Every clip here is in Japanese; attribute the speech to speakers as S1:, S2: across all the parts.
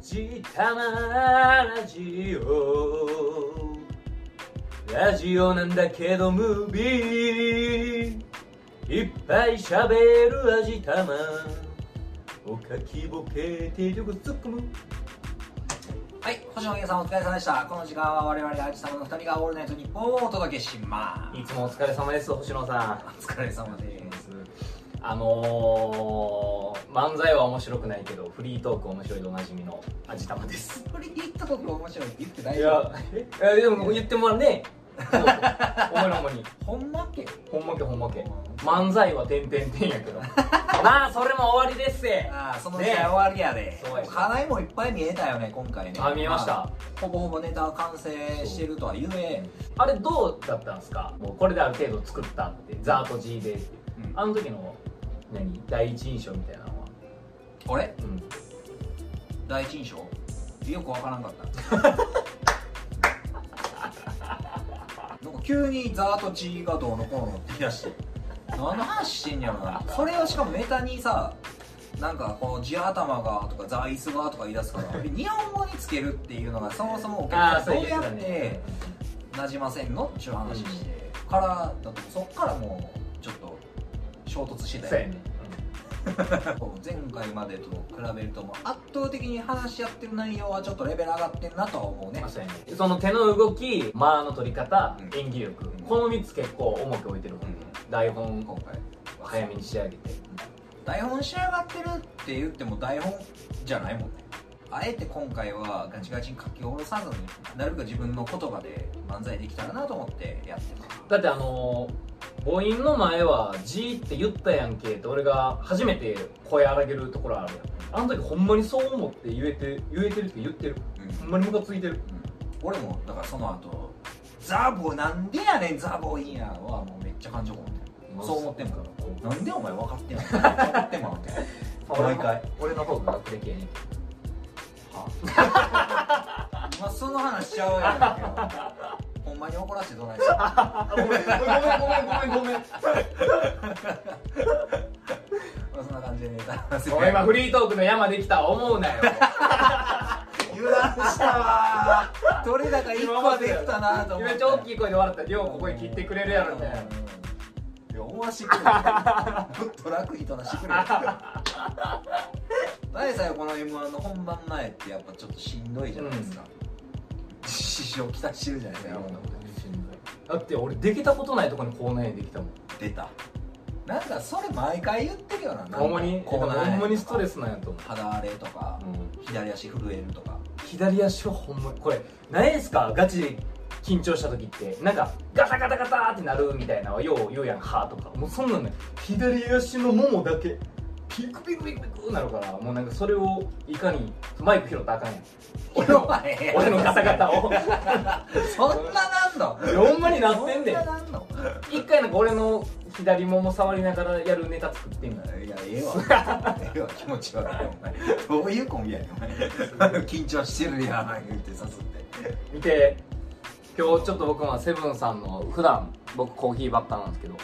S1: じたまラジオラジオなんだけどムービーいっぱいしゃべる味玉おかきぼけて力突っ込む
S2: はい、星野源さんお疲れ様でした。この時間は我々アーチ様の二人がオールナイトニッポンをお届けしま
S1: いつもお疲れ様です星野さん
S2: す。お疲れ様です。
S1: あのー、漫才は面白くないけどフリートーク面白いでおなじみの味玉です
S2: これ言ったとこ面白いって言ってない
S1: い
S2: よ。
S1: や、えでも言ってもらうね。そう お前らほんまに。
S2: ほんまっけ
S1: ほんまけほんまけ。漫才は点々点やけど。 まあ、それも終わりですせ。
S2: ああ、その
S1: ね
S2: 試合終わりやで。
S1: そうやし
S2: 課題もいっぱい見えたよね、今回ね。
S1: あ見えました
S2: あほぼほぼネタは完成してるとは言え。
S1: あれどうだったんですかもうこれである程度作ったって、ザーと G でって。
S2: うん
S1: あの時の、何第一印象みたいなのは。
S2: これ
S1: うん。
S2: 第一印象よくわからんか ったなんか急にザーとチーがどうのこうのって言い出して何の話してんやろなそれをしかもネタにさなんかこう地頭がとか座椅子がとか言い出す から日本語につけるっていうのがそもそもお客さんどうやっ
S1: 言って
S2: てなじませんのっちゅう話してからだとそっからもうちょっと衝突して
S1: たね
S2: た
S1: そうや
S2: よ
S1: ね。
S2: 前回までと比べるともう圧倒的に話し合ってる内容はちょっとレベル上がってんなとは思う
S1: うん
S2: ね
S1: まあそうやねその手の動き、間の取り方
S2: う、ん
S1: 演技力、
S2: ん
S1: この3つ結構重き置いてるもんね。台本
S2: 今
S1: を
S2: 回
S1: 早めに仕上げて。
S2: 台本仕上がってるって言っても台本じゃないもんねあえて今回はガチガチに書き下ろさずになるべく自分の言葉で漫才できたらなと思ってやってた
S1: だってあのー母音の前は「G」って言ったやんけって俺が初めて声荒げるところあるやんあの時ほんまにそう思って言えて言えてるって言ってるほんまにムカついてる
S2: 俺もだからその後ザボなんでやねんザボいいやはもうめっちゃ感情込めてるそう思ってんかららなんでお前分かってんの分かってんの って毎回
S1: 俺の方が楽できへんねん
S2: まあその話しちゃ うやんけどほんまに怒らせてどないする
S1: ごめんごめんごめんごめんごめん
S2: まあそんな感じでネタ
S1: ごめん今フリートークの山できた思うなよ
S2: 油断したわーどれだか一個はできた なと思って
S1: めっちゃ大
S2: い
S1: きい声で笑ったら「りょうここへ切ってくれるやろ」みたいない
S2: や思わしてくれよドラクイとなしてくれよダイさんよこの m 1の本番前ってやっぱちょっとしんどいじゃないですか、師匠きたしてるじゃないですか
S1: だって俺できたことないとこにこんなにできたもん
S2: 出たなんかそれ毎回言ってるよななんか
S1: ほんまに
S2: こうなれとか
S1: ほんまにストレスなんやと思う
S2: 肌荒れとか、左足震えるとか
S1: 左足はほんまこれないですかガチで緊張した時ってなんかガタガタガタってなるみたいなのはよう言うやん歯とかもうそんなんね左足のももだけピクピクピクピクなるからもうなんかそれをいかにマイク拾ったらあかんやん俺の俺のガタガタを
S2: そんななんの
S1: ほんまになってんで
S2: そんななんの
S1: 一回なんか俺の左もも触りながらやるネタ作ってみた
S2: いやえ えわええわ気持ち悪いお前どういうコンビやねんお前緊張してるやん言ってさすって
S1: 見て今日ちょっと僕はセブンさんの普段僕コーヒーばっかなんですけど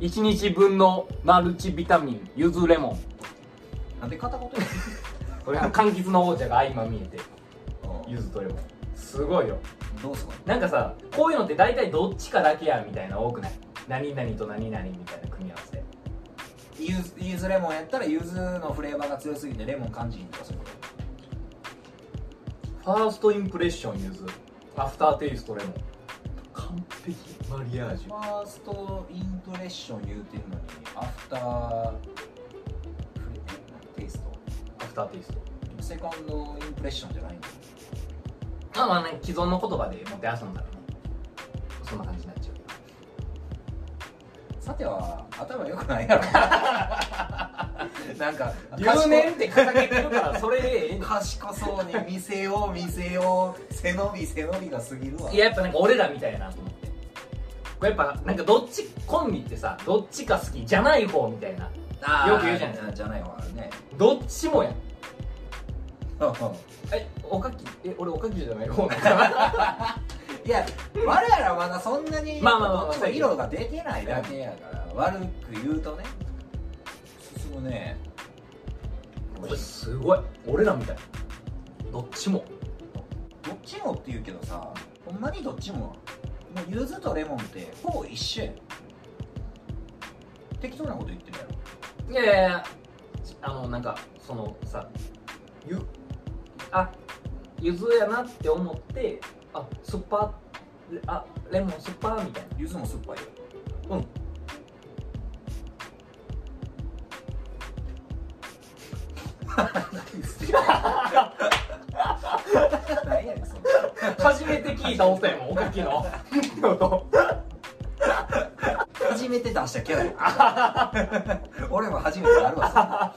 S1: 1日分のマルチビタミンゆずレモン
S2: なんで片言や
S1: これは柑橘の王者が相まみえて
S2: ねん
S1: ゆずとレモンすごいよ
S2: どうすか
S1: なんかさこういうのって大体どっちかだけやみたいな多くない何々と何々みたいな組み合わせ
S2: ゆずゆずレモンやったらゆずのフレーバーが強すぎてレモン感じひんとかそういうこ
S1: ファーストインプレッションゆずアフターテイストレモン完璧マリアージ
S2: とファーストインプレッション言うてるのにアフターフレテイスト
S1: アフターテイスト
S2: セカンドインプレッションじゃないんだ
S1: まあまあね既存の言葉でもてあそんだらねそんな感じになっちゃうけど
S2: さては頭良くないやろなんか
S1: 留年って掲げてるからそれでええね
S2: 賢そうに見せよう見せよう背伸び背伸びが過ぎるわ
S1: んいややっぱなんか俺らみたいやなと思ってこれやっぱなんかどっちコンビってさどっちか好きじゃない方みたいな
S2: あー
S1: よく言うじゃないですか
S2: じゃないわあるね
S1: どっちもやんえおかきえ俺おかきじゃ ない方なんかな
S2: いや我らまだそんなに
S1: まあまあまあ
S2: どっちも色が出てないだけやから悪く言うとね進むね
S1: これすごい俺らみたいどっちも
S2: どっちもって言うけどさほんまにどっちももう柚子とレモンってほぼ一緒やん適当なこと言ってるやろ
S1: いやいやいやあのなんかそのさゆあゆずやなって思ってあ酸っぱあレモン酸っぱみたい
S2: 柚子も酸っぱいよ
S1: なうん
S2: 何やねんその
S1: 初めて聞いた音やもんおかき の音
S2: 初めて出したキャラや俺も初めてあるわ